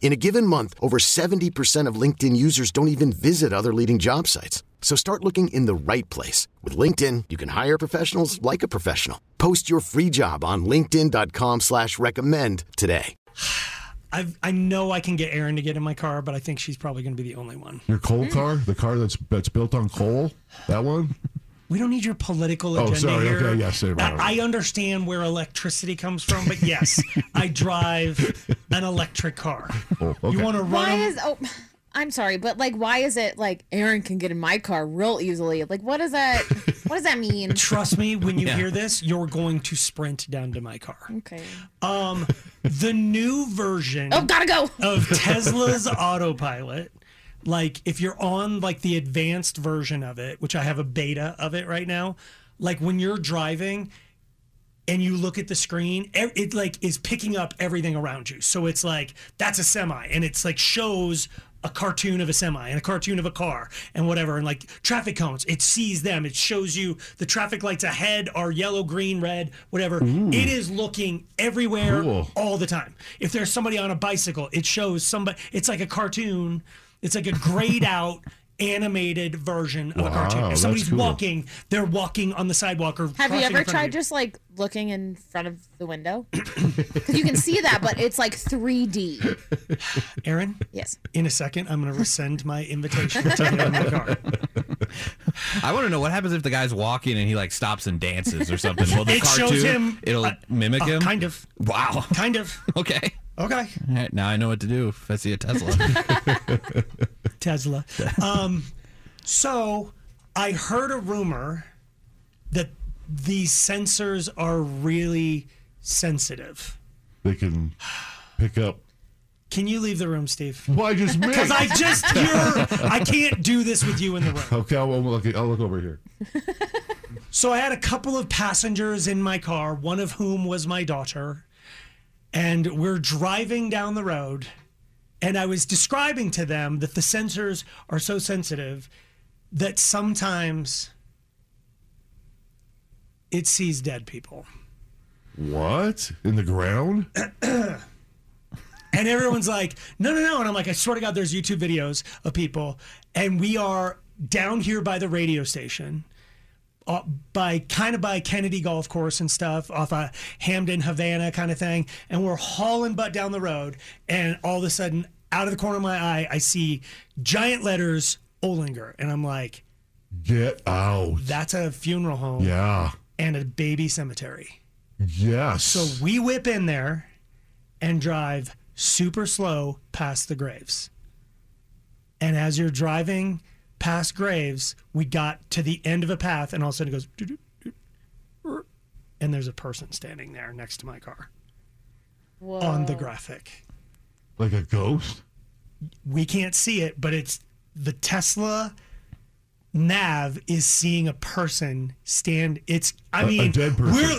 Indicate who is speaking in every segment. Speaker 1: In a given month, over 70% of LinkedIn users don't even visit other leading job sites. So start looking in the right place. With LinkedIn, you can hire professionals like a professional. Post your free job on linkedin.com slash recommend today.
Speaker 2: I've, I know I can get Erin to get in my car, but I think she's probably going to be the only one.
Speaker 3: Your coal car, the car that's that's built on coal, that one.
Speaker 2: We don't need your political
Speaker 3: Oh,
Speaker 2: agenda
Speaker 3: sorry.
Speaker 2: here.
Speaker 3: Okay, yes, never mind.
Speaker 2: I, I understand where electricity comes from, but yes, I drive an electric car.
Speaker 3: Oh, okay.
Speaker 2: You want to
Speaker 4: Why
Speaker 2: run? 'em-
Speaker 4: is oh, I'm sorry, but like, why is it like Aaron can get in my car real easily? Like, what does that? what does that mean?
Speaker 2: Trust me, when you hear this, you're going to sprint down to my car.
Speaker 4: Okay.
Speaker 2: Um, the new version.
Speaker 4: Oh, gotta go.
Speaker 2: of Tesla's autopilot. Like if you're on like the advanced version of it, which I have a beta of it right now, like when you're driving and you look at the screen, e- it like is picking up everything around you. So it's like that's a semi and it's like shows a cartoon of a semi and a cartoon of a car and whatever and like traffic cones it sees them it shows you the traffic lights ahead are yellow green red whatever it is looking everywhere
Speaker 3: Cool.
Speaker 2: all the time. If there's somebody on a bicycle, it shows somebody. It's like a cartoon. It's like a grayed out animated version of a cartoon.
Speaker 3: Wow,
Speaker 2: If
Speaker 3: that's
Speaker 2: somebody's
Speaker 3: cool.
Speaker 2: walking, they're walking on the sidewalk or
Speaker 4: Have you
Speaker 2: crossing in
Speaker 4: ever
Speaker 2: front of
Speaker 4: tried just like looking in front of the window? 'Cause you can see that, but it's like 3D.
Speaker 2: Aaron?
Speaker 4: Yes.
Speaker 2: In a second, I'm going to rescind my invitation to get in my car.
Speaker 5: I want to know what happens if the guy's walking and he like stops and dances or something. Well, the
Speaker 2: It
Speaker 5: cartoon,
Speaker 2: shows him-
Speaker 5: It'll
Speaker 2: uh,
Speaker 5: mimic
Speaker 2: uh,
Speaker 5: him.
Speaker 2: kind of.
Speaker 5: Wow.
Speaker 2: Kind of.
Speaker 5: Okay.
Speaker 2: Okay.
Speaker 5: All right, now I know what to do if I see a Tesla.
Speaker 2: Tesla. Um, so I heard a rumor that these sensors are really sensitive.
Speaker 3: They can pick up.
Speaker 2: Can you leave the room, Steve?
Speaker 3: Why just me?
Speaker 2: Because I just you're I can't do this with you in the room.
Speaker 3: Okay, I'll, I'll look, I'll look over here.
Speaker 2: So I had a couple of passengers in my car, one of whom was my daughter, and we're driving down the road, and I was describing to them that the sensors are so sensitive that sometimes it sees dead people.
Speaker 3: What in the ground?
Speaker 2: And everyone's like, no, no, no. And I'm like, I swear to God, there's YouTube videos of people. And we are down here by the radio station, uh, by kind of by Kennedy Golf Course and stuff, off a Hamden, Havana kind of thing. And we're hauling butt down the road. And all of a sudden, out of the corner of my eye, I see giant letters Olinger. And I'm like,
Speaker 3: Get out!
Speaker 2: that's a funeral home
Speaker 3: Yeah.
Speaker 2: and a baby cemetery.
Speaker 3: Yes.
Speaker 2: So we whip in there and drive super slow past the graves. And as you're driving past graves, we got to the end of a path, and all of a sudden it goes, "Doo-doo, doo-doo, er," and there's a person standing there next to my car
Speaker 4: Whoa.
Speaker 2: on the graphic.
Speaker 3: like a ghost.
Speaker 2: We can't see it, but it's the Tesla nav is seeing a person stand. It's, I
Speaker 3: A- a
Speaker 2: mean,
Speaker 3: dead person.
Speaker 2: we're,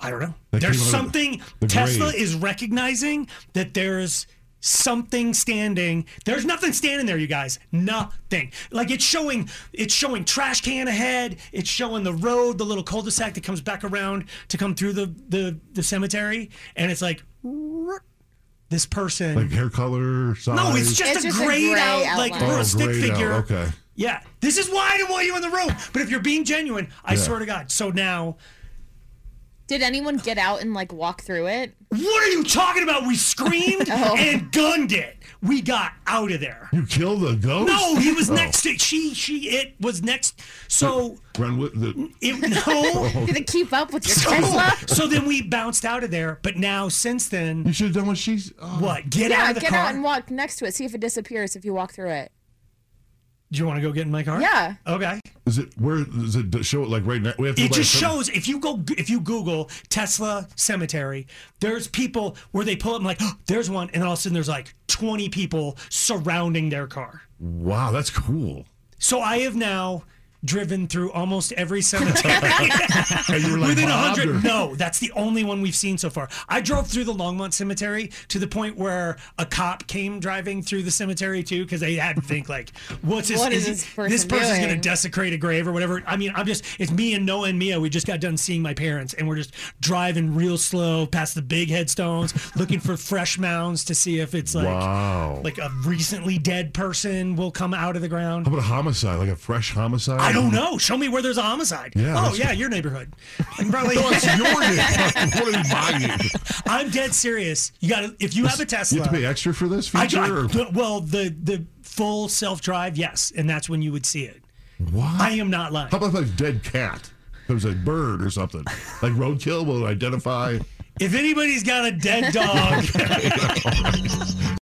Speaker 2: I don't know.
Speaker 3: That
Speaker 2: there's
Speaker 3: came out of
Speaker 2: something
Speaker 3: the
Speaker 2: Tesla
Speaker 3: grave.
Speaker 2: is recognizing that there's something standing. There's nothing standing there, you guys. Nothing. Like it's showing it's showing trash can ahead, it's showing the road, the little cul-de-sac that comes back around to come through the the, the cemetery, and it's like this person
Speaker 3: Like hair color, size.
Speaker 2: No, it's just
Speaker 4: It's
Speaker 2: a
Speaker 4: just a
Speaker 2: grayed
Speaker 4: gray
Speaker 2: out like
Speaker 4: outline.
Speaker 2: little stick
Speaker 3: Oh, grayed out,
Speaker 2: figure.
Speaker 3: Okay.
Speaker 2: Yeah, this is why I didn't want you in the room. But if you're being genuine, I
Speaker 3: Yeah.
Speaker 2: swear to God. So now
Speaker 4: Did anyone get out and like walk through it?
Speaker 2: What are you talking about? We screamed
Speaker 4: Oh.
Speaker 2: and gunned it. We got out of there.
Speaker 3: You killed the ghost?
Speaker 2: No, he was
Speaker 3: Oh.
Speaker 2: next to she. She it was next. So
Speaker 3: Oh. Run with the.
Speaker 2: it no.
Speaker 3: Oh.
Speaker 4: Did it keep up with your
Speaker 2: So,
Speaker 4: Tesla?
Speaker 2: so then we bounced out of there. But now since then,
Speaker 3: You should have done what she's. Oh.
Speaker 2: what? Get out
Speaker 4: Yeah,
Speaker 2: of the
Speaker 4: get
Speaker 2: car.
Speaker 4: out and walk next to it. See if it disappears if you walk through it.
Speaker 2: Do you want to go get in my car?
Speaker 4: Yeah.
Speaker 2: Okay.
Speaker 3: Is it? Where does it d- show it? Like right now? We have to
Speaker 2: It
Speaker 3: go
Speaker 2: just
Speaker 3: back to-
Speaker 2: shows if you go if you Google Tesla cemetery, there's people where they pull up and like "Oh, there's one, and all of a sudden there's like 20 people surrounding their car.
Speaker 3: Wow, that's cool.
Speaker 2: So I have now driven through almost every cemetery
Speaker 3: And you were like,
Speaker 2: within
Speaker 3: "Bob," or-
Speaker 2: hundred. No, that's the only one we've seen so far. I drove through the Longmont Cemetery to the point where a cop came driving through the cemetery too, because they had to think like, "What's this?
Speaker 4: What is
Speaker 2: it-
Speaker 4: this person
Speaker 2: this person's going
Speaker 4: doing?"
Speaker 2: to desecrate a grave or whatever." I mean, I'm just it's me and Noah and Mia. We just got done seeing my parents, and we're just driving real slow past the big headstones, looking for fresh mounds to see if it's like
Speaker 3: Wow.
Speaker 2: like a recently dead person will come out of the ground.
Speaker 3: How about a homicide? Like a fresh homicide?
Speaker 2: I don't know. Show me where there's a homicide.
Speaker 3: Yeah,
Speaker 2: oh
Speaker 3: that's-
Speaker 2: yeah, your neighborhood. And probably
Speaker 3: It's your name. what are you buying? You
Speaker 2: I'm dead serious. You got to if you have a Tesla.
Speaker 3: have to pay extra for this
Speaker 2: I,
Speaker 3: feature? or-
Speaker 2: I- well, the the full self drive, yes, and that's when you would see it.
Speaker 3: What?
Speaker 2: I am not lying.
Speaker 3: How about like dead cat? If it was a bird or something. Like roadkill will identify.
Speaker 2: If anybody's got a dead dog,